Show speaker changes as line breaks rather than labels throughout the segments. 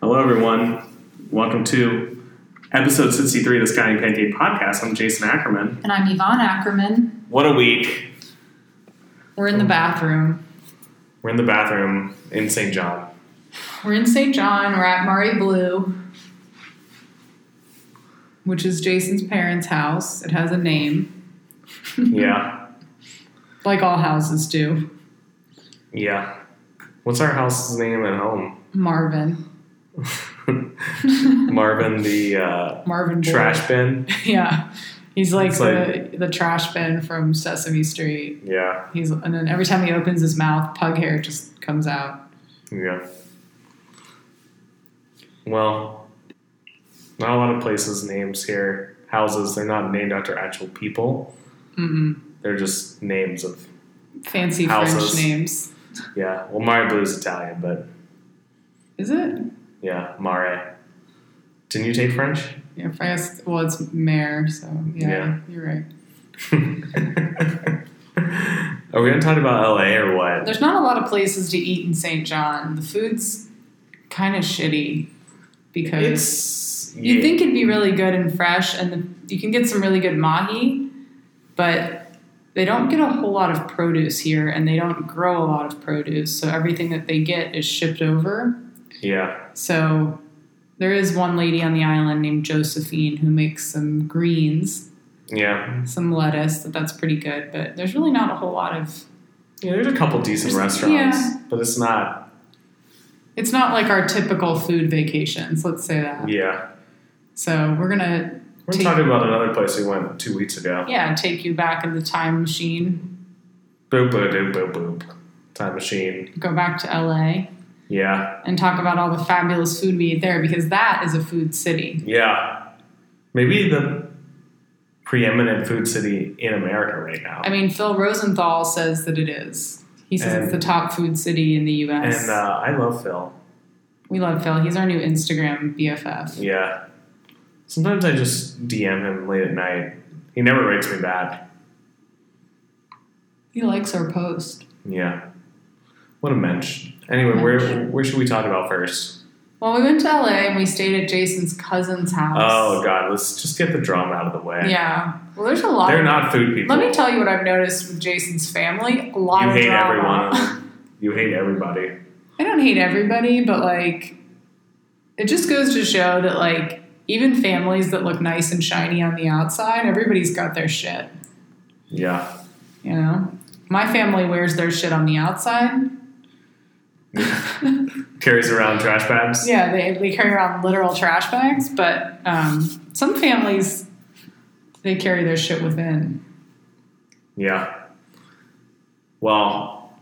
Hello, everyone. Welcome to episode 63 of the Sky and Pancake podcast. I'm Jason Ackerman.
And I'm Yvonne Ackerman.
What a week.
We're
Oh
in the bathroom.
We're in the bathroom in St. John.
We're in St. John. We're at Murray Blue, which is Jason's parents' house. It has a name,
Yeah.
like all houses do.
Yeah. What's our house's name at home?
Marvin.
Marvin the uh,
Marvin. Boy.
trash bin?
yeah. He's like,
It's
the,
like-
the trash bin from Sesame Street.
Yeah.
He's and then every time he opens his mouth, pug hair just comes out.
Yeah. Well, not a lot of places' names here. Houses, they're not named after actual people,
Mm-mm.
they're just names of
Fancy
Houses.
French names.
Yeah, well, Mare Blue is Italian, but
Is it?
yeah, Mare. Didn't you take French?
Yeah, if I guess, well, it's mayor, so yeah,
Yeah.
you're right.
Are we gonna talk about LA or what?
There's not a lot of places to eat in St. John. The food's kind of shitty because
It's
you'd think it'd be really good and fresh, and the, you can get some really good mahi, but they don't get a whole lot of produce here, and they don't grow a lot of produce, so everything that they get is shipped over.
yeah,
So there is one lady on the island named Josephine who makes some greens
yeah,
some lettuce. That that's pretty good, but there's really not a whole lot of.
yeah. There's a couple decent
There's-
restaurants,
yeah.
but it's not.
It's not like our typical food vacations. Let's say that.
Yeah,
So we're gonna
we're
Take-
talking about another place we went two weeks ago.
yeah take you back in the time machine,
Boop boop boop boop boop. Time machine.
go back to LA,
Yeah,
and talk about all the fabulous food we eat there because that is a food city.
yeah. Maybe the preeminent food city in America right now.
I mean, Phil Rosenthal says that it is. He says it's
And-
the top food city in the U.S.
and uh, I love Phil.
we love Phil. He's our new Instagram BFF.
Yeah. Sometimes I just DM him late at night. He never writes me back.
He likes our post.
Yeah. What a mensch. Anyway, where where should we talk about first?
Well, we went to LA and we stayed at Jason's cousin's house.
Oh god, let's just get the drama out of the way.
Yeah. Well, there's a lot.
They're
of,
not food people.
Let me tell you what I've noticed with Jason's family. A lot
you
of
hate
drama.
every one of them. You hate everybody.
I don't hate everybody, but like, it just goes to show that like even families that look nice and shiny on the outside, everybody's got their shit.
Yeah.
You know, my family wears their shit on the outside.
Carries around trash bags.
Yeah, they, they carry around literal trash bags, but um, some families they carry their shit within.
Yeah. Well,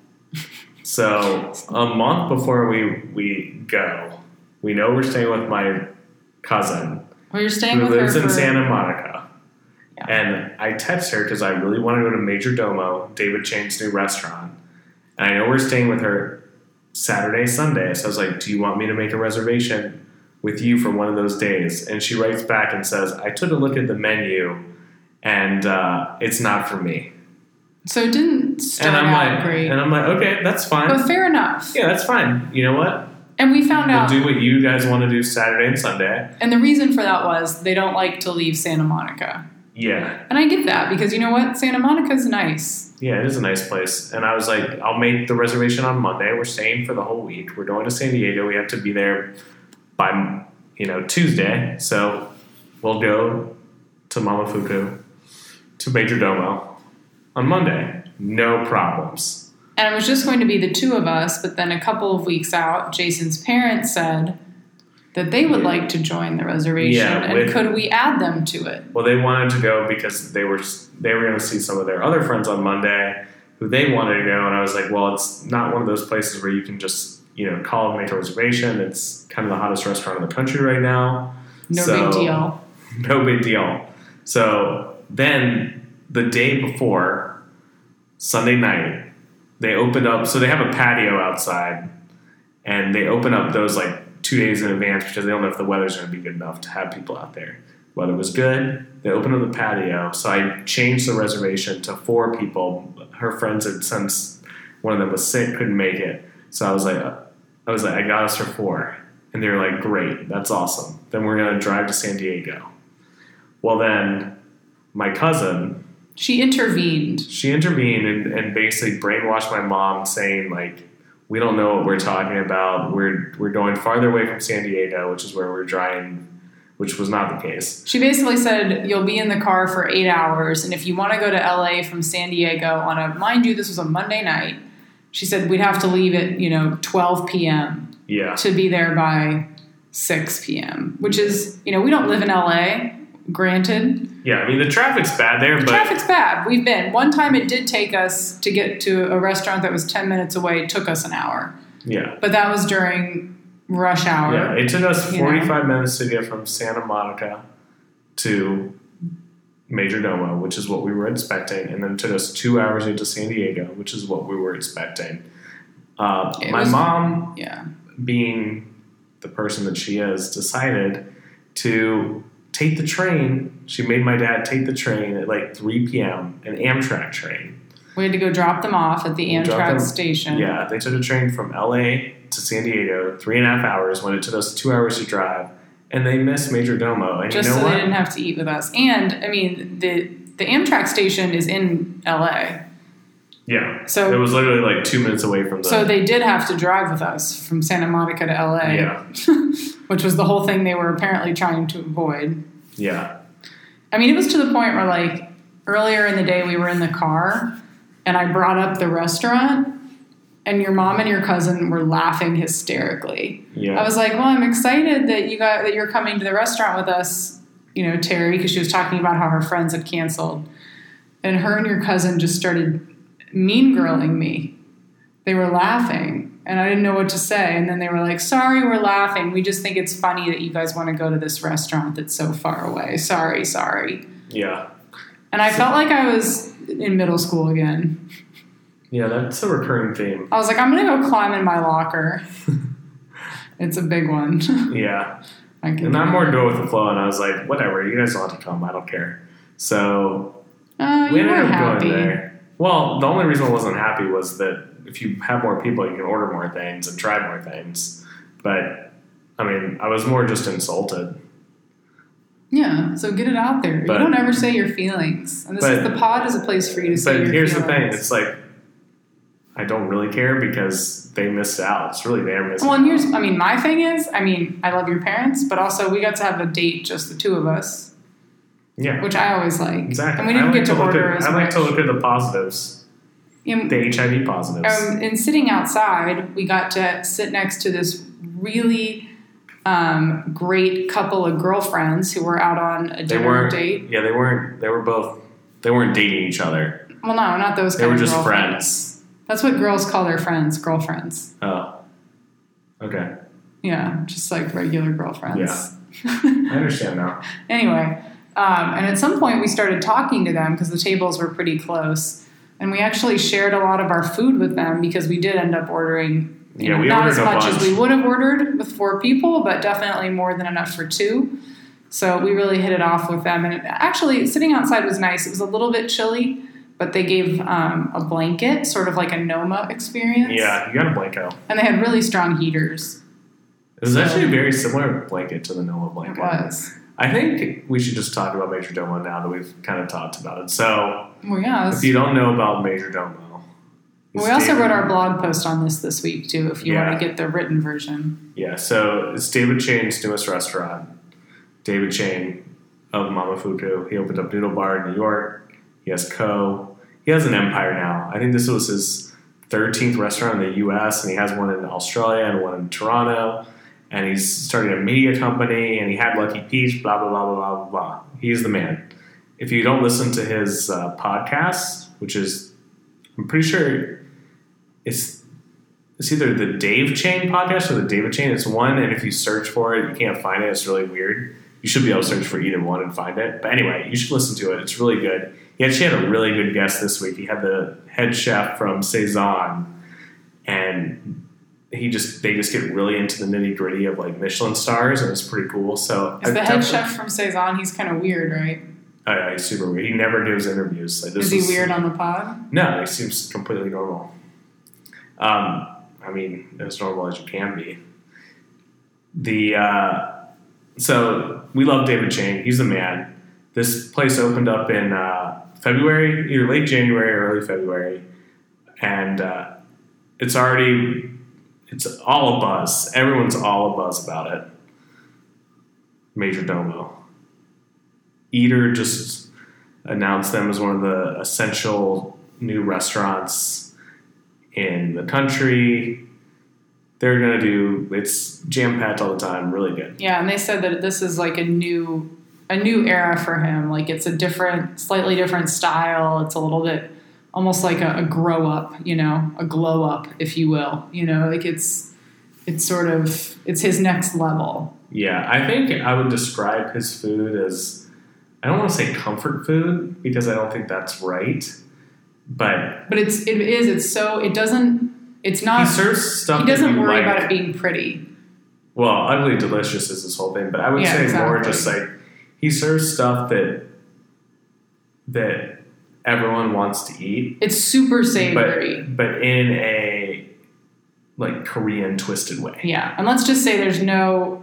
so a month before we we go, we know we're staying with my cousin.
Well, you're staying
who
with
lives
her
in
for,
Santa Monica.
Yeah.
And I text her because I really want to go to Major Domo, David Chain's new restaurant. And I know we're staying with her Saturday, Sunday. So I was like, Do you want me to make a reservation with you for one of those days? And she writes back and says, I took a look at the menu and uh, it's not for me.
So it didn't
And
start
I'm
out
like,
great,
and I'm like, okay, that's fine.
but fair enough.
Yeah, that's fine. You know what?
And we found
We'll
out,
do what you guys want to do Saturday and Sunday.
and the reason for that was they don't like to leave Santa Monica.
Yeah.
And I get that because you know what? Santa Monica's nice.
Yeah, it is a nice place. And I was like, I'll make the reservation on Monday. We're staying for the whole week. We're going to San Diego. We have to be there by, you know, Tuesday. So we'll go to Mamafuku, to Major Domo on Monday. No problems.
And it was just going to be the two of us, but then a couple of weeks out, Jason's parents said that they would
Yeah.
like to join the reservation
Yeah,
and
with-
could we add them to it?
Well, they wanted to go because they were they were going to see some of their other friends on Monday who they wanted to go. And I was like, well, it's not one of those places where you can just, you know, call and make a reservation. It's kind of the hottest restaurant in the country right now.
No
So-
big deal.
no big deal. So then the day before, Sunday night, they opened up. So they have a patio outside, and they open up those like two days in advance because they don't know if the weather's going to be good enough to have people out there. Weather was good. They opened up the patio, so I changed the reservation to four people. Her friends had since one of them was sick, couldn't make it. So I was like, I was like, I got us for four, And they were like, great, that's awesome. Then we're going to drive to San Diego. Well, then my cousin,
She intervened.
she intervened and, and basically brainwashed my mom saying like we don't know what we're talking about we're we're going farther away from san diego which is where we're driving which was not the case
She basically said, You'll be in the car for eight hours, and if you want to go to LA from San Diego on a, mind you, this was a Monday night, she said, We'd have to leave at, you know, 12 p.m.
yeah
to be there by 6 p.m., which is, you know, we don't live in LA, granted.
yeah i mean the traffic's bad there
The
but
traffic's bad. We've been. One time it did take us to get to a restaurant that was 10 minutes away, it took us an hour.
yeah
But that was during rush hour.
yeah it took us
You know.
45 minutes to get from santa monica to major domo which is what we were expecting and then it took us two hours to get to san diego which is what we were expecting uh,
It
my
was-
mom
Yeah.
being the person that she is, decided to take the train. She made my dad take the train at like 3 p.m., an Amtrak train.
We had to go drop them off at the
We dropped them-
Amtrak station.
Yeah, they took a train from LA to San Diego, three and a half hours, when it took us two hours to drive, and they missed Major Domo. And
Just
you know
so
what?
they didn't have to eat with us. And I mean, the the Amtrak station is in LA.
yeah.
So
it was literally like two minutes away from the.
So they did have to drive with us from Santa Monica to LA,
Yeah.
which was the whole thing they were apparently trying to avoid.
yeah.
I mean, it was to the point where, like, earlier in the day we were in the car and I brought up the restaurant, and your mom and your cousin were laughing hysterically.
Yeah.
I was like, "Well, I'm excited that you got that you're coming to the restaurant with us, you know, Terry, because she was talking about how her friends had canceled." And her and your cousin just started mean girling me. They were laughing, and I didn't know what to say. And then they were like, "Sorry, we're laughing. We just think it's funny that you guys want to go to this restaurant that's so far away. Sorry, sorry."
yeah.
And I felt like I was in middle school again.
Yeah, that's a recurring theme.
I was like, "I'm gonna go climb in my locker." it's a big one.
Yeah.
I can
And I'm more go with the flow, and I was like, whatever, you guys don't have to come, I don't care. So
Uh,
we
you
ended
were
up
happy.
going there. Well, the only reason I wasn't happy was that if you have more people, you can order more things and try more things. But I mean, I was more just insulted.
Yeah, so get it out there.
But-
you don't ever say your feelings. And this is
but-
the pod is a place for you to say
But
your
here's the thing:
feelings.
it's like I don't really care because they missed out. It's really their missing.
Well, and here's
out.
I mean, my thing is, I mean, I love your parents, but also we got to have a date just the two of us,
yeah,
which I always like.
exactly.
And we didn't
I like
get to,
look
order
At,
as
I like
much.
to look at the positives,
And-
the HIV positives.
Um, and sitting outside, we got to sit next to this really um, great couple of girlfriends who were out on a
they
dinner
weren't.
date.
Yeah, they weren't. They were both. They weren't dating each other.
Well, no, not those.
They
kind
were
of
just
girlfriends.
friends.
That's what girls call their friends, girlfriends.
Oh. Okay.
Yeah, just like regular girlfriends.
I understand now.
anyway, um, and at some point we started talking to them because the tables were pretty close. And we actually shared a lot of our food with them because we did end up ordering you
Yeah,
know,
we
not
ordered
as
a
much as
bunch.
we would have ordered with four people, but definitely more than enough for two. So we really hit it off with them. And it- actually, sitting outside was nice. It was a little bit chilly, but they gave um, a blanket, sort of like a Noma experience.
Yeah, you got a blanket.
And they had really strong heaters.
This is actually a very similar blanket to the NOLA blanket.
It was.
I think we should just talk about Major Domo now that we've kind of talked about it. So,
Well, yeah. it was-
if you don't know about Major Domo,
We
it's
also
David-
wrote our blog post on this this week too. If you
Yeah.
want to get the written version,
Yeah, so it's David Chain's newest restaurant. David Chain of Mamafuku. He opened up Noodle Bar in New York. He has Co. He has an empire now. I think this was his 13th restaurant in the US, and he has one in Australia and one in Toronto. And he's started a media company, and he had Lucky Peach, blah, blah, blah, blah, blah, blah. He's the man. If you don't listen to his uh, podcast, which is, I'm pretty sure it's it's either the Dave Chain podcast or the David Chain. It's one, and if you search for it, you can't find it. It's really weird. You should be able to search for either one and find it. But anyway, you should listen to it. It's really good. He actually had a really good guest this week. He had the head chef from Saison, and he just they just get really into the nitty gritty of like Michelin stars, and it's pretty cool. So
is
I
the head
definitely-
chef from Saison? He's kind of weird, right?
Oh yeah, he's super weird. He never gives interviews. Like this
Is he
was-
weird on the pod?
no, it seems completely normal. Um, I mean, as normal as you can be. the uh, so we love David Chang. He's the man. This place opened up in uh, February, either late January or early February, and uh, it's already it's all a buzz. Everyone's all a buzz about it. Major Domo. Eater just announced them as one of the essential new restaurants in the country. They're gonna do it's jam packed all the time, really good.
Yeah, and they said that this is like a new a new era for him. Like it's a different, slightly different style. It's a little bit almost like a, a grow up, you know, a glow up, if you will. You know, like it's it's sort of it's his next level.
Yeah, I think I would describe his food as I don't want to say comfort food because I don't think that's right, but
But it's it is it's so it doesn't it's
he
not
serves stuff.
Uh, he doesn't
that you
worry
like.
about it being pretty.
Well, utterly delicious is this whole thing, but I would
Yeah,
say more
exactly.
just like he serves stuff that that everyone wants to eat,
It's super savory.
but but in a like Korean twisted way.
yeah. And let's just say there's no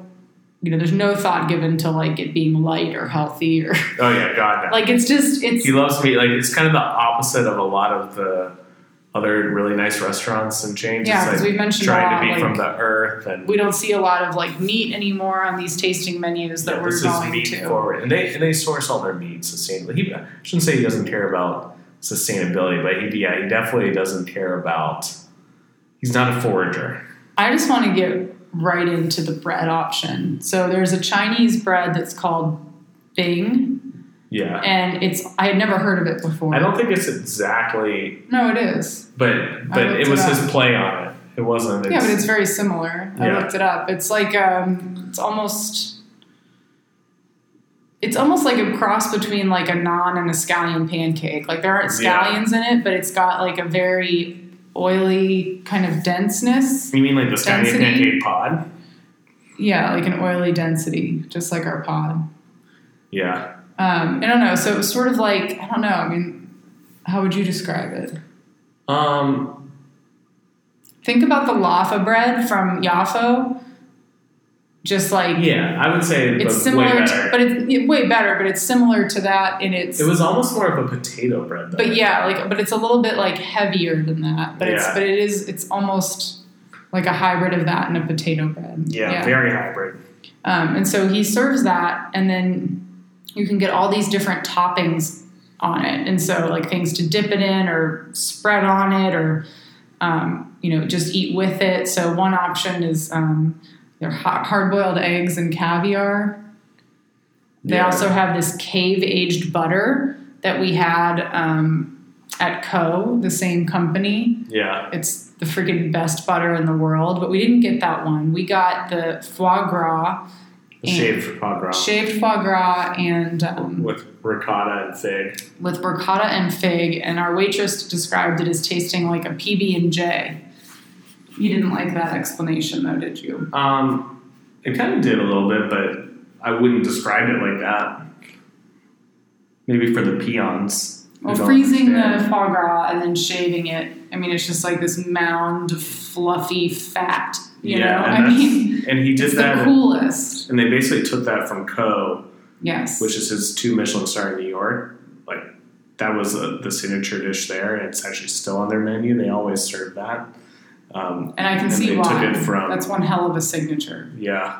you know, there's no thought given to like it being light or healthy or
Oh yeah, God, no.
like it's just it's
he loves meat. Like it's kind of the opposite of a lot of the other really nice restaurants and chains.
Yeah,
it's
'cause
like
we've mentioned a
trying
lot,
to be
like-
from the earth and
we don't see a lot of like meat anymore on these tasting menus that
Yeah,
we're
this
going
is meat
to.
forward, and they and they source all their meat sustainably. He I shouldn't say he doesn't care about sustainability, but he yeah he definitely doesn't care about. He's not a forager.
I just want to get right into the bread option. So there's a Chinese bread that's called Bing,
Yeah,
and it's I had never heard of it before.
I don't think it's exactly,
no, it is.
but but
looked
it was
it
his
up.
play on it. It wasn't.
yeah, but it's very similar. I
Yeah.
looked it up. It's like um, it's almost. It's almost like a cross between like a naan and a scallion pancake. Like there aren't
Yeah.
scallions in it, but it's got like a very oily kind of denseness.
you mean like the Scania
Density.
pancake pod?
Yeah, like an oily density, just like our pod.
Yeah,
Um, I don't know. So it was sort of like I don't know. I mean, how would you describe it?
um,
Think about the laffa bread from Yaffo. Just like
yeah, I would say
it's
the way
similar,
better.
to, but it's yeah, way better. But it's similar to that in its.
it was almost more of a potato bread. Though.
but yeah, like but it's a little bit like heavier than that. But it's
Yeah.
but it is it's almost like a hybrid of that and a potato bread.
yeah, very hybrid.
Um, and so he serves that, and then you can get all these different toppings on it. And so, like things to dip it in, or spread on it, or um, you know, just eat with it. So one option is um, their hard boiled eggs and caviar. They
Yeah.
also have this cave aged butter that we had um, at Co, the same company.
Yeah,
It's the freaking best butter in the world, but we didn't get that one. We got the foie gras,
the
And-
shaved pod rock
shaved foie gras, and um,
with ricotta and fig.
with ricotta and fig. And our waitress described it as tasting like a PB and J. You didn't like that explanation, though, did you?
Um, it kind of did a little bit, but I wouldn't describe it like that. Maybe for the peons. who
Well,
don't
freezing the
understand.
foie gras and then shaving it. I mean, it's just like this mound of fluffy fat. You
Yeah,
know,
and
I
that's-
mean,
and he did
it's
that,
the coolest.
and they basically took that from Co,
Yes.
which is his two Michelin star in New York. Like that was uh the signature dish there, and it's actually still on their menu. They always serve that. Um,
and I can
and
see
they
why.
took it from-
That's one hell of a signature.
yeah,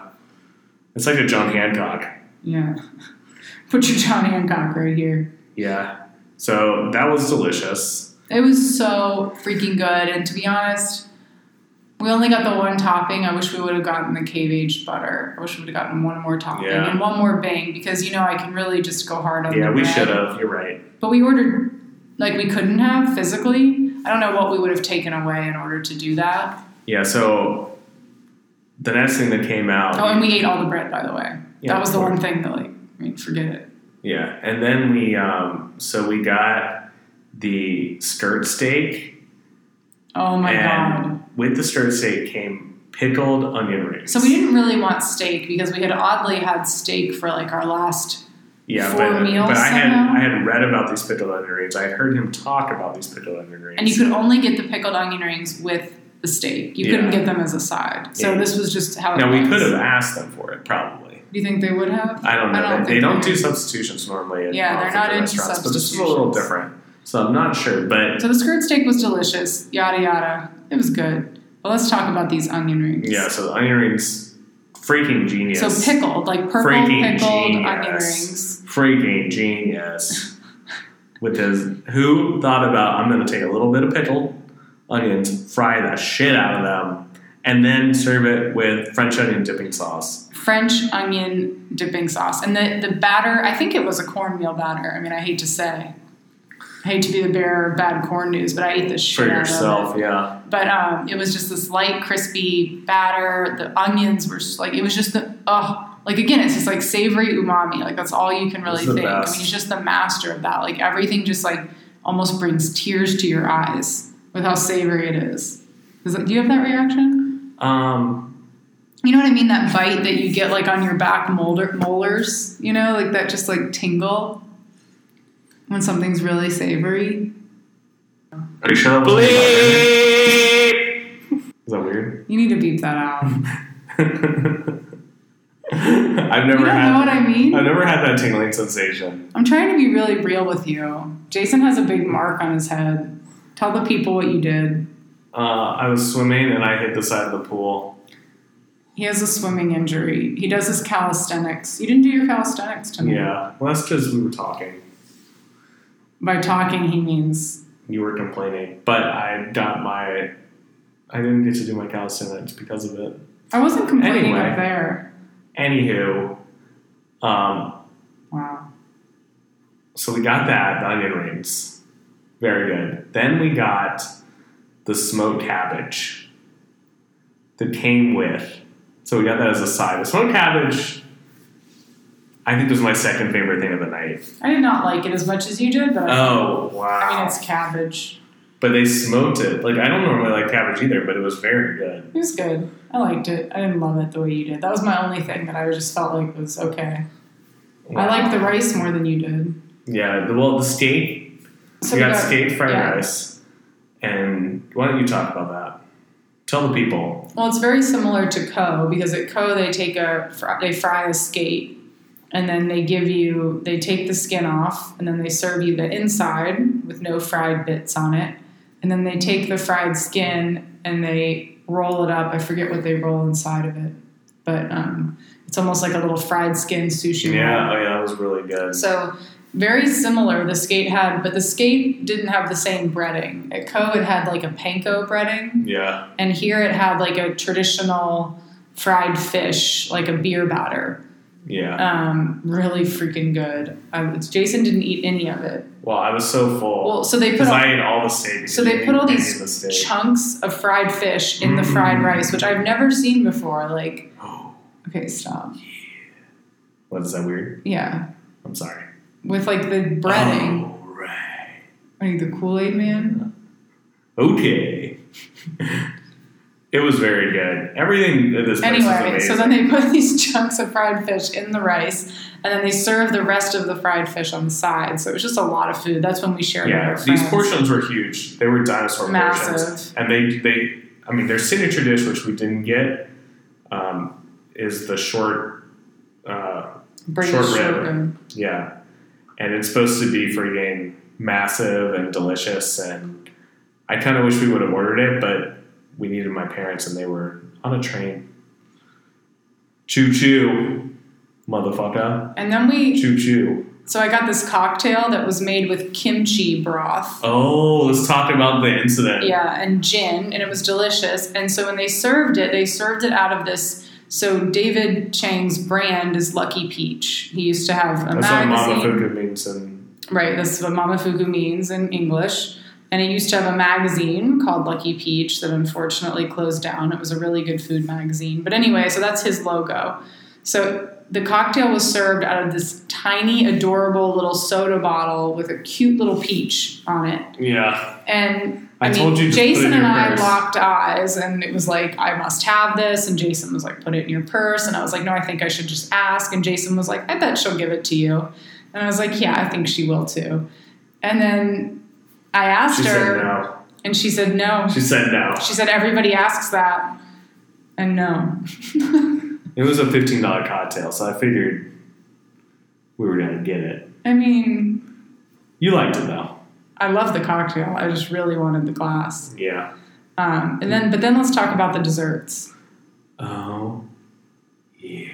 it's like a John Hancock.
Yeah. Put your John Hancock right here.
Yeah, so that was delicious.
It was so freaking good. And to be honest, we only got the one topping. I wish we would have gotten the cave aged butter. I wish we would have gotten one more topping
Yeah.
and one more bang because you know I can really just go hard on
Yeah,
the
we
bread.
should have. You're right.
But we ordered like we couldn't have physically. I don't know what we would have taken away in order to do that.
Yeah, so the next thing that came out.
Oh, and we ate all the bread, by the way.
Yeah,
that was the
of
one
course.
thing that like I mean, forget it.
Yeah, and then we um, so we got the skirt steak,
Oh my
and
god.
with the skirt steak came pickled onion rings.
So we didn't really want steak because we had oddly had steak for like our last.
yeah,
four
but, uh,
meals
but I had
somehow?
I had read about these pickled onion rings. I had heard him talk about these pickled onion rings.
And you could only get the pickled onion rings with the steak. You
Yeah.
couldn't get them as a side. So
Yeah.
this was just how. It
Now we
was.
could have asked them for it, probably.
Do you think they would have?
I don't know.
I don't
they, they
think
don't
they-
do substitutions normally. At
Yeah, they're
all
not
the
into
restaurants, but this is a little
substitutions.
different. So I'm not sure, but
So the skirt steak was delicious. Yada yada. It was good. But let's talk about these onion rings.
yeah. So the onion rings, freaking genius.
So pickled, like purple
Freaking
pickled onion
genius.
rings.
freaking genius. With his, who thought about I'm going to take a little bit of pickled onions, fry the shit out of them, and then serve it with French onion dipping sauce.
French onion dipping sauce. And the, the batter, I think it was a cornmeal batter. I mean, I hate to say. I hate to be the bearer of bad corn news, but I ate the
for
shit out of it.
yourself. Yeah,
But um, it was just this light, crispy batter. The onions were just like it was just the oh, like again, it's just like savory umami. Like that's all you can really
It's the
think. I
best.
mean, he's just the master of that. Like everything just like almost brings tears to your eyes with how savory it is. Is that, do you have that reaction?
um,
You know what I mean? That bite that you get like on your back molder, molars. You know, like that just like tingle when something's really savory.
are you sure that was Is that weird?
You need to beep that out. You
I've never
don't
had.
know what I mean?
I've never had that tingling sensation.
I'm trying to be really real with you. Jason has a big mark on his head. Tell the people what you did.
Uh, I was swimming and I hit the side of the pool.
He has a swimming injury. He does his calisthenics. You didn't do your calisthenics tonight.
Yeah, well, that's because we were talking.
By talking, he means
You were complaining, but I got my. I didn't get to do my calisthenics because of it.
I wasn't complaining
Anyway.
up there.
Anywho, um,
Wow.
so we got that the onion rings, very good. Then we got the smoked cabbage that came with. So we got that as a side. The smoked cabbage, I think, was my second favorite thing of the night.
I did not like it as much as you did, but
Oh
I mean
wow!
it's cabbage.
But they smoked it. Like I don't normally like cabbage either, but it was very good.
It was good. I liked it. I didn't love it the way you did. That was my only thing that I just felt like was okay. I liked the rice more than you did.
Yeah, the, well, the skate.
So
We
we
got
got-
skate fried
yeah.
rice. And why don't you talk about that? Tell the people.
Well, it's very similar to co because at co they take a fr- they fry a skate and then they give you they take the skin off and then they serve you the inside with no fried bits on it and then they take the fried skin and they roll it up. I forget what they roll inside of it, but um, it's almost like a little fried skin sushi. roll.
Yeah, oh yeah, that was really good.
So very similar. The skate had, but the skate didn't have the same breading. At co it had like a panko breading.
yeah,
And here it had like a traditional fried fish, like a beer batter.
yeah.
Um, really freaking good. I was, Jason didn't eat any of it.
Well, I was so full
Well, so they put
because
all,
I ate all the steak.
so they
You
put all
ate
these
the steak.
chunks of fried fish in the fried
Mm.
rice, which I've never seen before. Like,
Oh,
okay, stop.
what is that weird?
Yeah,
I'm sorry.
with like the breading.
All right.
Are you the Kool Aid Man?
Okay. it was very good. Everything at this place is
Anyway,
amazing.
so then they put these chunks of fried fish in the rice, and then they serve the rest of the fried fish on the side. So it was just a lot of food. That's when we shared.
yeah,
with our
these
friends.
portions were huge. They were dinosaur portions.
massive.
and they they I mean their signature dish which we didn't get um, is the short uh,
British
Short
short,
rib.
rib.
yeah and it's supposed to be freaking massive and delicious and I kind of wish we would have ordered it but we needed my parents and they were on a train choo choo motherfucker
And then we,
choo choo
so I got this cocktail that was made with kimchi broth.
oh let's talk about the incident
Yeah, and gin, and it was delicious. And so when they served it, they served it out of this. So David Chang's brand is Lucky Peach. He used to have
that's
a
what
magazine.
mama fuku means and
Right, that's what mamafuku means in English. And it used to have a magazine called Lucky Peach that unfortunately closed down. It was a really good food magazine. But anyway, so that's his logo. So the cocktail was served out of this tiny, adorable little soda bottle with a cute little peach on it.
yeah
And
I
I, mean,
told you to put it in
Jason and
your
I
purse.
locked eyes, and it was like, I must have this. And Jason was like, put it in your purse. And I was like, no, I think I should just ask. And Jason was like, I bet she'll give it to you. And I was like, yeah, I think she will too. And then I asked
she said
her,
no
And she said no.
She said no.
She said everybody asks that, and no.
It was a fifteen dollar cocktail, so I figured we were gonna get it.
I mean,
You liked it though.
I love the cocktail. I just really wanted the glass.
Yeah.
Um, and then, but then let's talk about the desserts.
Oh yeah.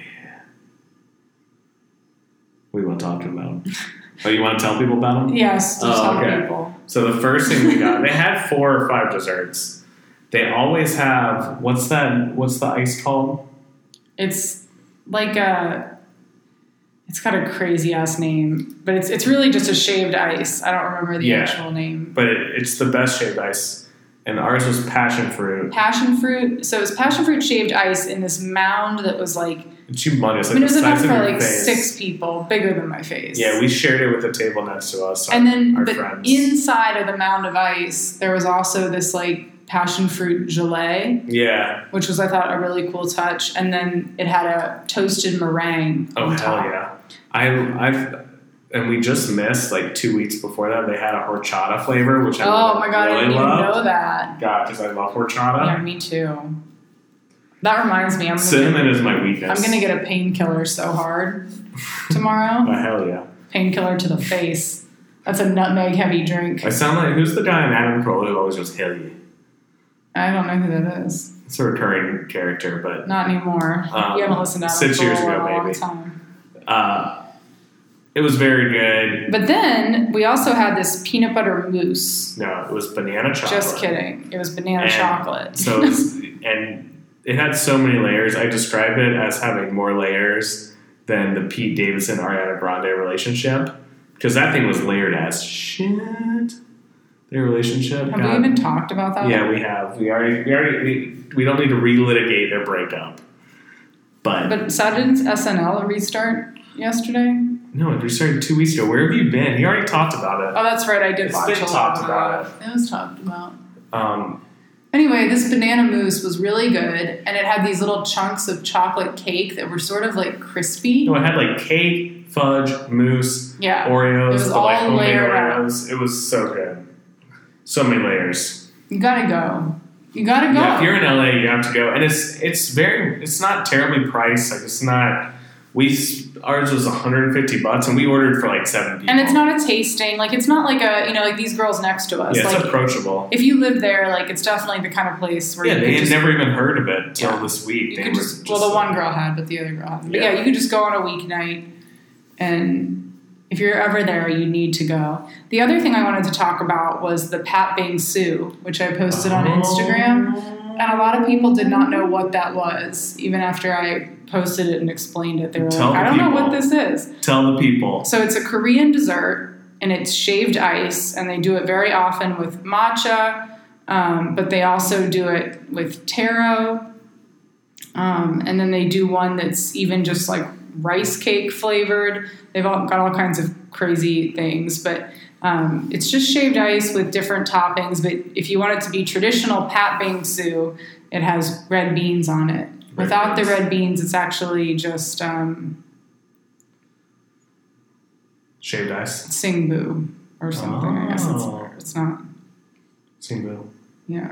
What do you want to talk about? oh, you want to tell people about them?
Yes, just
Oh,
tell
okay.
people.
So the first thing we got, they had four or five desserts. They always have what's that? What's the ice called?
It's like a. It's got a crazy ass name, but it's it's really just a shaved ice. I don't remember the
Yeah.
actual name.
But it, it's the best shaved ice, and ours was passion fruit.
Passion fruit. So it was passion fruit shaved ice in this mound that was like.
It's humongous,
I
like
mean, it
the
was enough
size of
for
your
like
face.
six people, bigger than my face.
Yeah, we shared it with the table next to us.
and then,
our
but
friends.
inside of the mound of ice, there was also this like passion fruit gelée,
yeah.
which was I thought a really cool touch. And then it had a toasted meringue
Oh
on
hell
top.
yeah! I I've and we just missed like two weeks before that. They had a horchata flavor, which I
Oh my god, I
really
didn't even
love.
know that.
God, because I love horchata.
Yeah, me too. That reminds me, I'm gonna
Cinnamon is my
Get,
weakness.
I'm gonna get a painkiller so hard tomorrow.
Oh, hell yeah!
painkiller to the face. That's a nutmeg heavy drink.
I sound like who's the guy in Adam Carolla who always goes hell yeah?
I don't know who that is.
It's a recurring character, but
Not anymore.
Um,
you haven't listened to Adam
six years
Carolla
ago,
in a long
maybe.
time.
uh, it was very good.
But then we also had this peanut butter mousse.
No, it was banana chocolate.
Just kidding. It was banana
And
chocolate.
So it's, and it had so many layers. I describe it as having more layers than the Pete Davidson Ariana Grande relationship because that thing was layered as shit. Their relationship.
Have
God.
we even talked about that?
yeah, we have. We already. We already. We, we don't need to relitigate their breakup. But,
But so didn't SNL restart yesterday?
no, we started two weeks ago. Where have you been? You already talked about it.
Oh, that's right. I did
It's
watch
been
a lot
talked
of
about
that. It was talked about.
Um,
Anyway, this banana mousse was really good, and it had these little chunks of chocolate cake that were sort of like crispy.
no, it had like cake, fudge, mousse,
Yeah.
Oreos,
It was
the
all
like homemade
layered up.
Oreos. It was so good. So many layers.
You gotta go. You gotta go.
Yeah, if you're in LA, you have to go, and it's it's very it's not terribly priced. Like it's not. We s- ours was 150 bucks, and we ordered for like seven people.
and it's not a tasting. Like, it's not like a, you know, like these girls next to us.
Yeah, it's
like,
approachable.
if you live there, like, it's definitely the kind of place where
Yeah,
you
they
could
had
just
never even heard of it till
Yeah.
this week.
You
they
could
were
just, well, the one girl had, but the other girl had. But yeah.
Yeah.
you could just go on a weeknight, and if you're ever there, you need to go. The other thing I wanted to talk about was the Pat Bing Sue, which I posted on
Oh.
Instagram, and a lot of people did not know what that was, even after I posted it and explained it. They were
Tell the
like, "I don't know what
people.
this is."
Tell the people.
So it's a Korean dessert, and it's shaved ice, and they do it very often with matcha, um, but they also do it with taro, um, and then they do one that's even just like rice cake flavored. They've all got all kinds of crazy things, but. Um, it's just shaved ice with different toppings, but if you want it to be traditional pat bingsu, it has red beans on it. Without
beans.
the red beans, it's actually just um,
Shaved ice.
Singbu or something. I guess it's,
Oh.
it's not.
Single.
Yeah,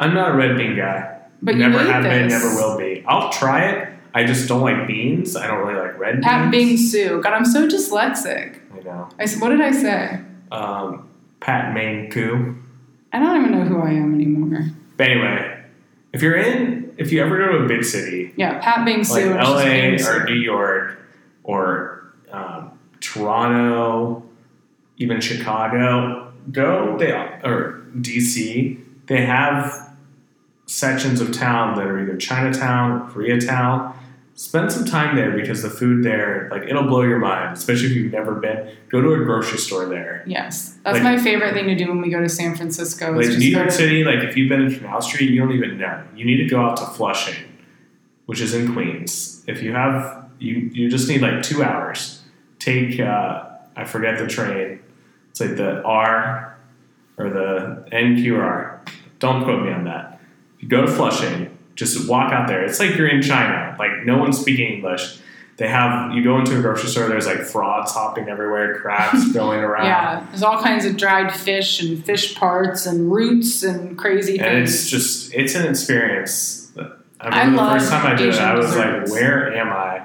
I'm not a red bean guy.
but
never
you need
have been,
this.
never will be. I'll try it. I just don't like beans. I don't really like red
Pat
beans.
Bing Sue. God, I'm so dyslexic.
I know.
I s- what did I say?
Um, Pat Maine Koo.
I don't even know who I am anymore.
But anyway, if you're in, if you ever go to a big city
Yeah, Pat Bing
like
Sue.
LA
and just
or New York or um, Toronto, even Chicago, go they or DC. They have sections of town that are either Chinatown, Koreatown. Spend some time there because the food there, like it'll blow your mind, especially if you've never been. Go to a grocery store there.
Yes, that's
like-
my favorite thing to do when we go to San Francisco.
Like
is just
New
go
York
to-
City, like if you've been to Canal Street, you don't even know. You need to go out to Flushing, which is in Queens. If you have, you you just need like two hours. Take uh, I forget the train. It's like the R or the NQR. Don't quote me on that. You go to Flushing, just walk out there. It's like you're in China. Like no one's speaking English. They have you go into a grocery store. There's like frogs hopping everywhere, crabs going around.
Yeah, there's all kinds of dried fish and fish parts and roots and crazy
and
things.
it's just it's an experience. I
I
remember
love
the first time I did it,
Asian
I was
desserts.
like, "Where am I?"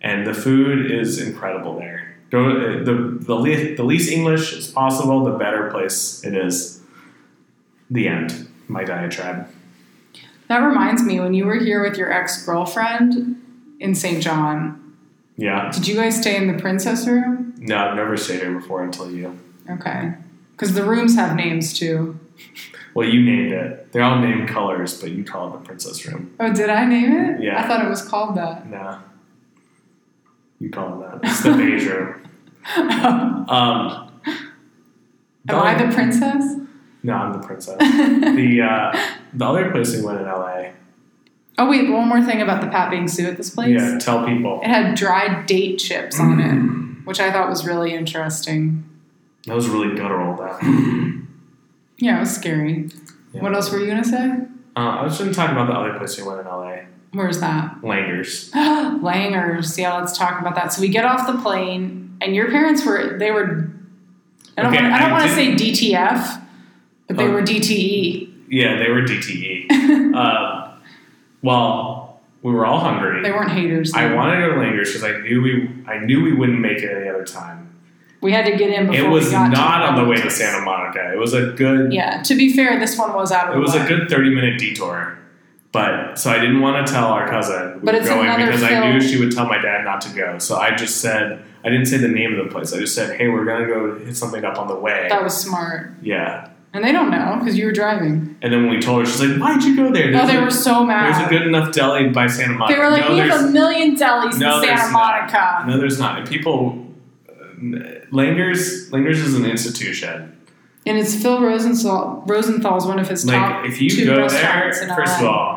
And the food is incredible there. Go uh, the the least, the least English as possible, the better place it is. The end. My diatribe.
that reminds me, when you were here with your ex girlfriend in St. John,
Yeah.
did you guys stay in the princess room?
No, I've never stayed here before until you.
Okay, because the rooms have names too.
Well, you named it. They're all named colors, but you call it the princess room.
Oh, did I name it?
Yeah.
I thought it was called that.
Nah. You call it that. It's the beige room.
Am
Um,
I the princess?
No, I'm the princess.
oh
the uh, the other place we went in LA.
Oh, wait, one more thing about the Pat Bing Sue at this place.
Yeah, tell people.
It had dried date chips on
Mm.
it, which I thought was really interesting.
That was really guttural. That.
Yeah, it was scary.
Yeah.
What else were you gonna say?
Uh, I was going to talk about the other place we went in LA,
Where's that?
Langers.
Langers. Yeah, let's talk about that. So we get off the plane, and your parents were they were. I don't
Okay,
want. I
I
don't want to
did-
say DTF, but they
Oh.
were E. DTE.
Yeah, they were DTE. uh, well, we were all hungry.
They weren't haters.
I
though.
wanted to go to Langers because I knew we I knew we wouldn't make it any other time.
we had to get in before
it was
we got
not
to
on the way to
relatives.
Santa Monica. It was a good
Yeah. To be fair, this one was out
it
of the
was a
way.
good thirty minute detour. But so I didn't want to tell our cousin we
But
were
it's
going
another
because I
film.
knew she would tell my dad not to go. So I just said I didn't say the name of the place. I just said, "Hey, we're gonna go hit something up on the way."
That was smart,
yeah.
and they don't know because you were driving.
And then when we told her, she's like, "Why'd you go there?"
No,
There's
they
a-
were so mad.
There's a good enough deli by Santa Monica.
They were like,
no,
we have
there's-
a million delis
No,
in Santa
there's not.
Monica.
no, there's not. And people, uh, Langers, Langers is an institution.
And it's Phil Rosenthal. Rosenthal's one of his top
Like if you
two
go there,
restaurants in
first of
LA.
all,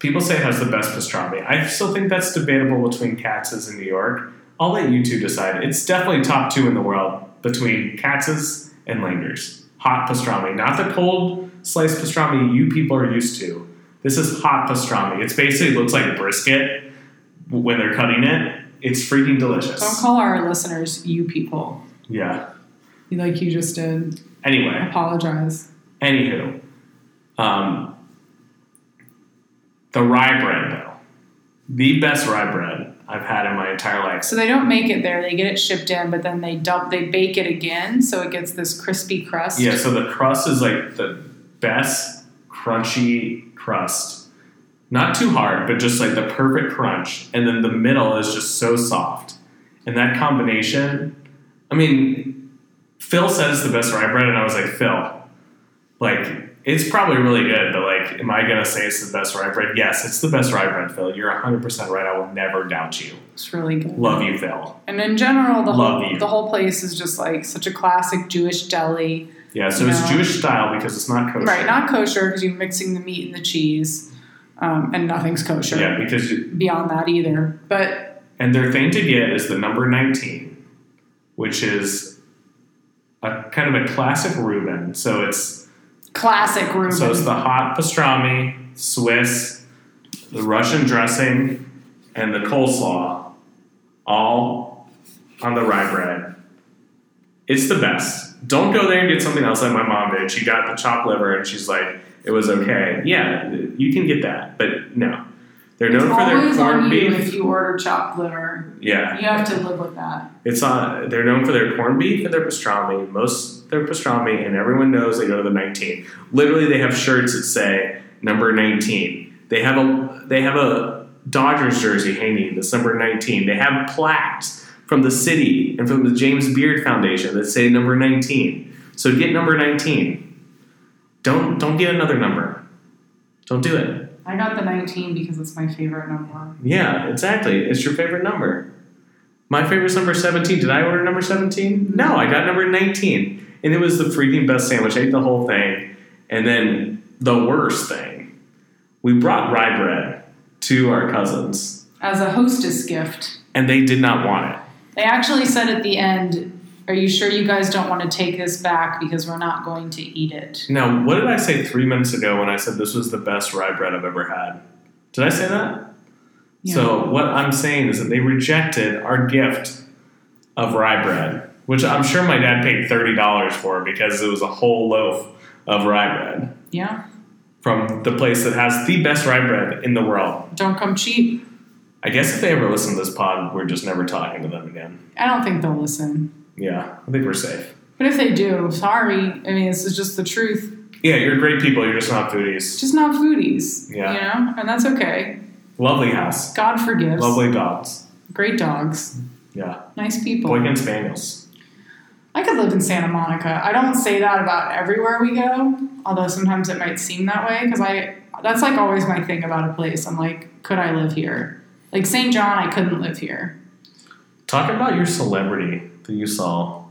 people say it has the best pastrami. I still think that's debatable between Katz's in New York. I'll let you two decide. It's definitely top two in the world between Katz's and Langer's. Hot pastrami, not the cold sliced pastrami you people are used to. This is hot pastrami. It's basically looks like brisket when they're cutting it. It's freaking delicious.
Don't call our listeners you people.
yeah.
Like you just did.
Anyway.
Apologize.
Anywho, um, the rye bread though, the best rye bread I've had in my entire life.
So they don't make it there. They get it shipped in, but then they dump. They bake it again, so it gets this crispy crust.
Yeah, so the crust is like the best crunchy crust. Not too hard, but just like the perfect crunch, and then the middle is just so soft. And that combination, I mean, Phil says the best rye bread, and I was like, Phil, like it's probably really good, but like, am I gonna say it's the best rye bread? Yes, it's the best rye bread, Phil. You're 100 percent right. I will never doubt you.
It's really good.
Love you, Phil.
And in general, the
Love
whole
you.
the whole place is just like such a classic Jewish deli.
Yeah, so it's
No.
Jewish style because it's not kosher.
Right, not kosher because you're mixing the meat and the cheese, um, and nothing's kosher
Yeah, because you,
beyond that either. But
And their thing to get is the number 19, which is a kind of a classic Reuben. So it's
classic Reuben.
so it's the hot pastrami, Swiss, the Russian dressing, and the coleslaw, all on the rye bread. It's the best. Don't go there and get something else like my mom did. She got the chopped liver and she's like, it was okay. Yeah, you can get that, but no. They're known
it's
for their
always
corned
on you
beef.
if you order chopped liver.
Yeah.
You have to live with that.
It's on. They're known for their corned beef and their pastrami. Most their pastrami, and everyone knows they go to the 19. Literally, they have shirts that say number 19. They have a they have a Dodgers jersey hanging that's number 19. They have plaques from the city and from the James Beard Foundation that say number 19. So get number 19. Don't don't get another number. Don't do it.
I got the 19 because it's my favorite number.
Yeah, exactly. It's your favorite number. My favorite's number 17. Did I order number 17? No, I got number 19. And it was the freaking best sandwich. I ate the whole thing. And then the worst thing, we brought rye bread to our cousins,
As a hostess gift,
and they did not want it.
they actually said at the end, Are you sure you guys don't want to take this back because we're not going to eat it?
Now, what did I say three minutes ago when I said this was the best rye bread I've ever had? Did I say that?
Yeah.
So what I'm saying is that they rejected our gift of rye bread, which I'm sure my dad paid thirty dollars for because it was a whole loaf of rye bread
yeah,
from the place that has the best rye bread in the world.
don't come cheap.
I guess if they ever listen to this pod, we're just never talking to them again.
I don't think they'll listen.
Yeah, I think we're safe.
But if they do, sorry. I mean, this is just the truth.
Yeah, you're great people. You're just not foodies.
Just not foodies.
Yeah.
You know? And that's okay.
Lovely house,
God forgives.
lovely dogs.
Great dogs.
Yeah,
Nice people.
boykin spaniels.
I could live in Santa Monica. I don't say that about everywhere we go, although sometimes it might seem that way because I that's like always my thing about a place. I'm like, could I live here? Like St. John, I couldn't live here.
Talk about your celebrity that you saw.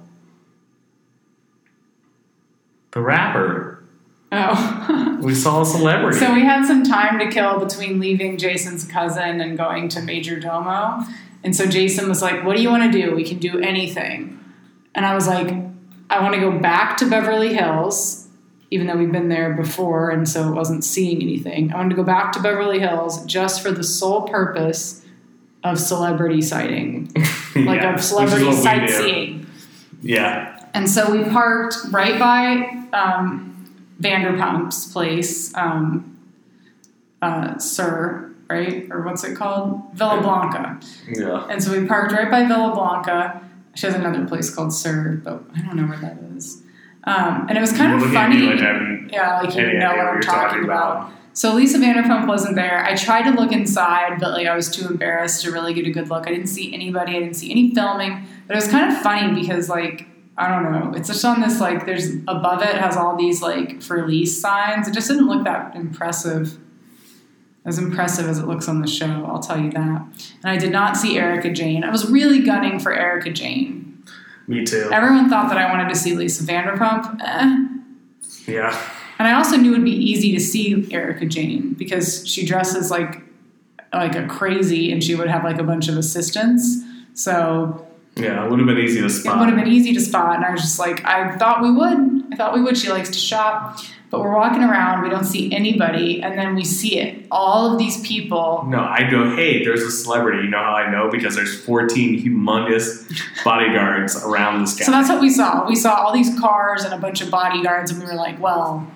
The rapper.
Oh.
We saw a celebrity.
so we had some time to kill between leaving Jason's cousin and going to Major Domo. And so Jason was like, "What do you want to do? We can do anything." And I was like, "I want to go back to Beverly Hills." Even though we've been there before, and so it wasn't seeing anything, I wanted to go back to Beverly Hills just for the sole purpose of celebrity sighting, like
yeah,
of celebrity
which is what we do.
sightseeing.
Yeah.
And so we parked right by um, Vanderpump's place, um, uh, Sir, right? Or what's it called? Villa Blanca.
Yeah.
And so we parked right by Villa Blanca. She has another place called Sir, but I don't know where that is. Um, and it was kind
You're looking
of funny.
at me like I haven't
yeah, like you
any idea
know what
what
I'm
you're talking about.
So Lisa Vanderpump wasn't there. I tried to look inside, but like I was too embarrassed to really get a good look. I didn't see anybody. I didn't see any filming. But it was kind of funny because like I don't know. It's just on this like there's above it has all these like for lease signs. It just didn't look that impressive. As impressive as it looks on the show, I'll tell you that. And I did not see Erica Jane. I was really gunning for Erica Jane.
Me too.
Everyone thought that I wanted to see Lisa Vanderpump. Eh.
Yeah.
And I also knew it would be easy to see Erica Jane because she dresses like like a crazy and she would have like a bunch of assistants. So
Yeah. It would have been easy to
it would
spot.
have been easy to spot. And I was just like, I thought we would. I thought we would. She likes to shop. But we're walking around, we don't see anybody, and then we see it. All of these people.
no, I go, hey, there's a celebrity. You know how I know? Because there's 14 humongous bodyguards around this guy.
So that's what we saw. We saw all these cars and a bunch of bodyguards, and we were like, well,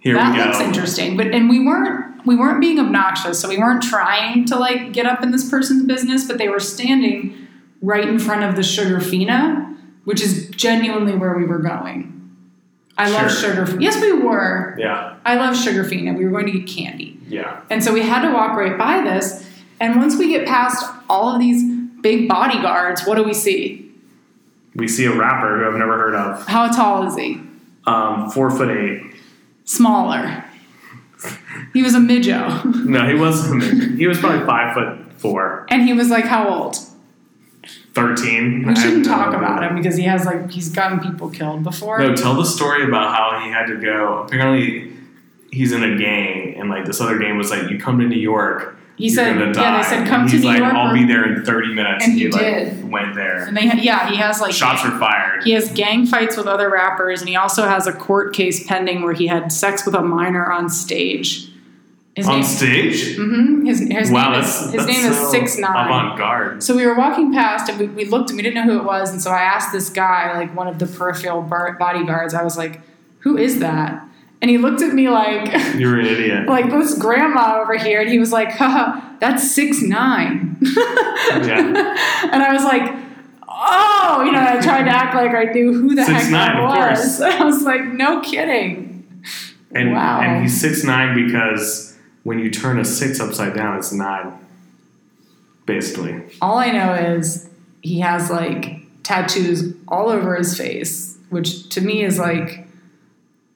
Here
that
we go.
looks interesting. But and we weren't we weren't being obnoxious, so we weren't trying to like get up in this person's business, but they were standing right in front of the Sugarfina, which is genuinely where we were going. I love
Sure.
Sugar. Yes, we were.
Yeah.
I love Sugarfina. We were going to get candy.
Yeah.
And so we had to walk right by this. And once we get past all of these big bodyguards, what do we see?
We see a rapper who I've never heard of.
How tall is he?
Um, four foot eight.
Smaller. He was a midjo.
No, he was he was probably five foot four.
And he was like, how old?
13. I
We
have
shouldn't
no
talk
idea.
about him because he has like he's gotten people killed before.
No, tell the story about how he had to go. Apparently, he's in a gang, and like this other gang was like, "You come to New York,
he
you're
said,
gonna die."
"Yeah, they said
And
come to
he's
New
like,
York."
"I'll
or-
be there in 30 minutes,"
And he
like
did.
went there.
And they, yeah, he has like
Shots were fired.
he has gang fights with other rappers, and he also has a court case pending where he had sex with a minor on stage. His
on
name,
stage.
hmm his, his
wow,
name
that's
is
that's
his name
so
is six nine.
avant garde.
So we were walking past and we, we looked and we didn't know who it was. And so I asked this guy, like one of the peripheral bar- bodyguards, I was like, who is that? And he looked at me like,
You were an idiot.
like this grandma over here and he was like haha that's six nine
Oh,
and i was like oh you know i tried to act like i knew who the heck
6'9",,
that
of
was i was like no kidding
and
wow
and he's six nine because when you turn a six upside down, it's nine. Basically,
all i know is he has like tattoos all over his face which to me is like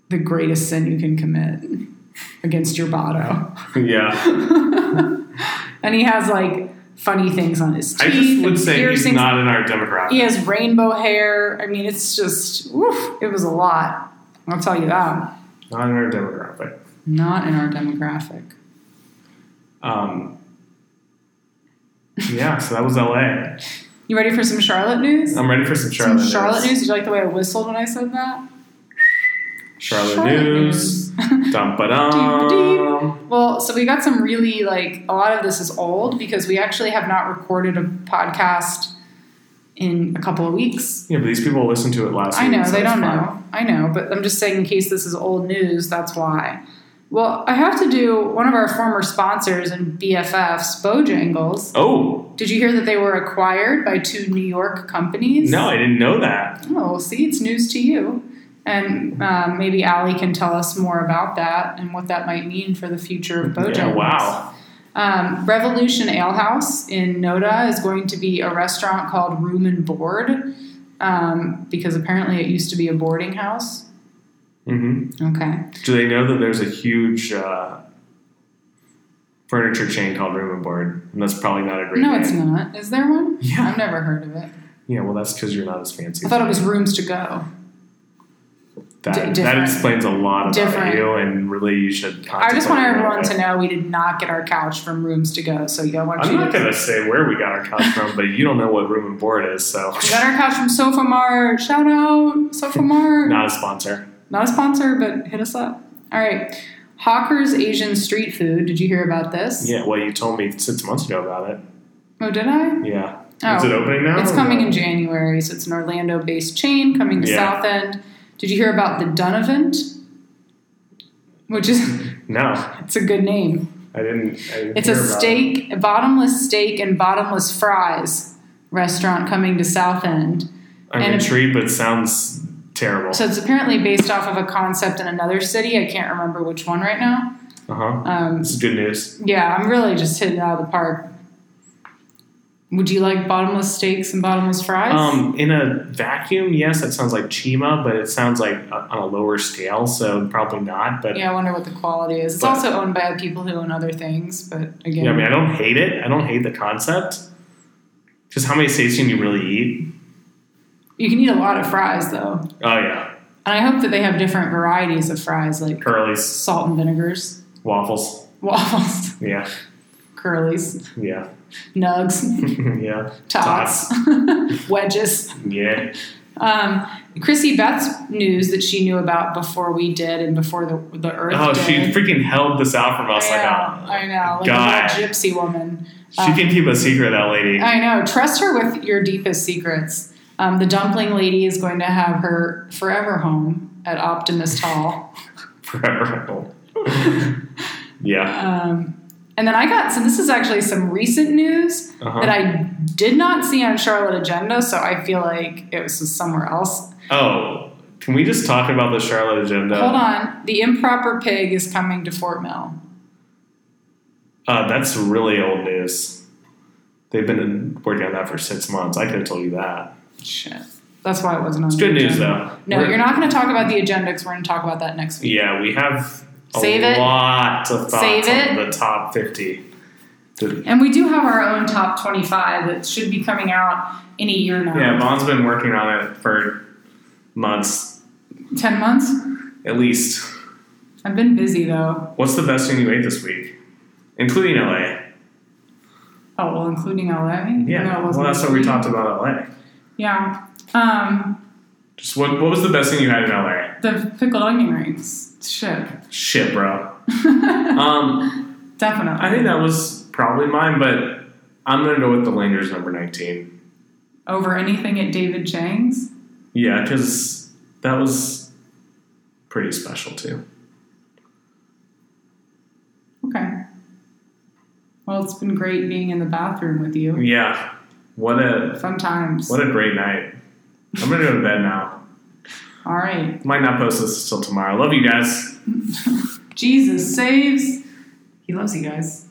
the greatest sin you can commit against your botto
yeah.
and he has like funny things on his teeth
I just would
and
say
piercings.
he's not in our demographic.
He has rainbow hair. I mean, it's just, woof, it was a lot. I'll tell you that.
Not in our demographic.
Not in our demographic.
Um, yeah, so that was LA.
You ready for some Charlotte news?
I'm ready for some Charlotte.
some Charlotte
news.
news. Did you like the way I whistled when I said that?
Charlotte, News. Um, Dum ba dum.
Dee-ba-dee. Well, so we got some really like a lot of this is old because we actually have not recorded a podcast in a couple of weeks.
Yeah, but these people listened to it last
I
week.
know
so
they
it's
don't
fine.
know. I know, but I'm just saying in case this is old news, that's why. Well, I have to do one of our former sponsors and BFFs, Bojangles.
Oh,
Did you hear that they were acquired by two New York companies?
no, I didn't know that.
Oh, see, it's news to you. And um, maybe Allie can tell us more about that and what that might mean for the future of Bojangles.
Yeah, wow.
Um, Revolution Ale House in Noda is going to be a restaurant called Room and Board um, because apparently it used to be a boarding house.
hmm
Okay.
Do they know that there's a huge uh, furniture chain called Room and Board? And that's probably not a great
No,
name.
it's not. Is there one?
Yeah.
I've never heard of it.
Yeah, well, that's because you're not as fancy.
I thought it was Rooms to Go. di-
that, that
different.
explains a lot about
Different.
you, and really, you should.
I just
contemplate
want
your
everyone
life.
to know we did not get our couch from Rooms to Go. So yeah, I want
I'm
you
not
to.
going to say where we got our couch from, but you don't know what Room and Board is, so
We got our couch from Sofa Mart. Shout out Sofa Mart.
not a sponsor.
Not a sponsor, but hit us up. All right. Hawker's Asian Street Food. Did you hear about this?
Yeah, well, you told me six months ago about it.
Oh, did I?
Yeah.
Oh.
Is it opening now?
It's
or
coming
no?
in January, so it's an Orlando based chain coming to
Yeah.
South End. Did you hear about the Donovan? Which is
No,
it's a good name.
I didn't. I didn't
It's
hear
a
about it.
steak, a bottomless steak and bottomless fries restaurant coming to South End.
I'm
and a-
intrigued, but it sounds terrible.
So it's apparently based off of a concept in another city. I can't remember which one right now.
Uh huh.
Um,
This is good news.
yeah, I'm really just hitting it out of the park. Would you like bottomless steaks and bottomless fries?
Um, in a vacuum, yes, that sounds like Chima, but it sounds like uh, on a lower scale, so probably not. But yeah,
Yeah, I wonder what the quality is. It's
But-
also owned by people who own other things, but again,
I mean, I don't hate it. I don't hate the concept. Just how many steaks can you really eat?
you can eat a lot of fries though.
Oh yeah,
And I hope that they have different varieties of fries, like
curlies,
salt and vinegars,
waffles.
waffles,
Yeah,
curlies,
yeah,
nugs,
yeah,
tots, wedges.
yeah.
Um, Chrissy Beth's news that she knew about before we did and before the the Earth.
Oh,
did.
she freaking held this out from us. Like,
I know,
a,
I know, like
God.
a little gypsy woman.
she can keep a secret, that lady.
I know. Trust her with your deepest secrets. Um, the dumpling lady is going to have her forever home at Optimist Hall.
forever. yeah.
Um, and then I got so this is actually some recent news
Uh-huh.
that I did not see on Charlotte Agenda, so I feel like it was just somewhere else.
Oh, can we just talk about the Charlotte agenda?
Hold on, the improper pig is coming to Fort Mill.
Uh, that's really old news. They've been working on that for six months. I could have told you that.
Shit, that's why it wasn't on.
It's
the
good news,
agenda.
though.
No,
We're-
you're not going to talk about the agenda because we're going to talk about that next week.
Yeah, we have a
Save it.
lot of thoughts
Save
on
it.
the top 50. The-
And we do have our own top 25 that should be coming out in a year now.
yeah, Vaughn's been working on it for months,
10 months?
at least.
I've been busy though.
What's the best thing you ate this week? Including LA.
Oh, well, including LA?
Yeah,
No, it wasn't
well, that's what we
busy.
talked about LA.
Yeah. Um,
Just what, what was the best thing you had in LA?
the pickled onion rings. Shit.
Shit, bro. um,
Definitely.
I think that was probably mine, but I'm gonna go with the Langers number 19.
Over anything at David Chang's?
Yeah, because that was pretty special too.
Okay. Well, it's been great being in the bathroom with you.
Yeah, what a
Fun times.
what a great night. I'm gonna go to bed now.
All right.
Might not post this till tomorrow. Love you guys.
Jesus saves. He loves you guys.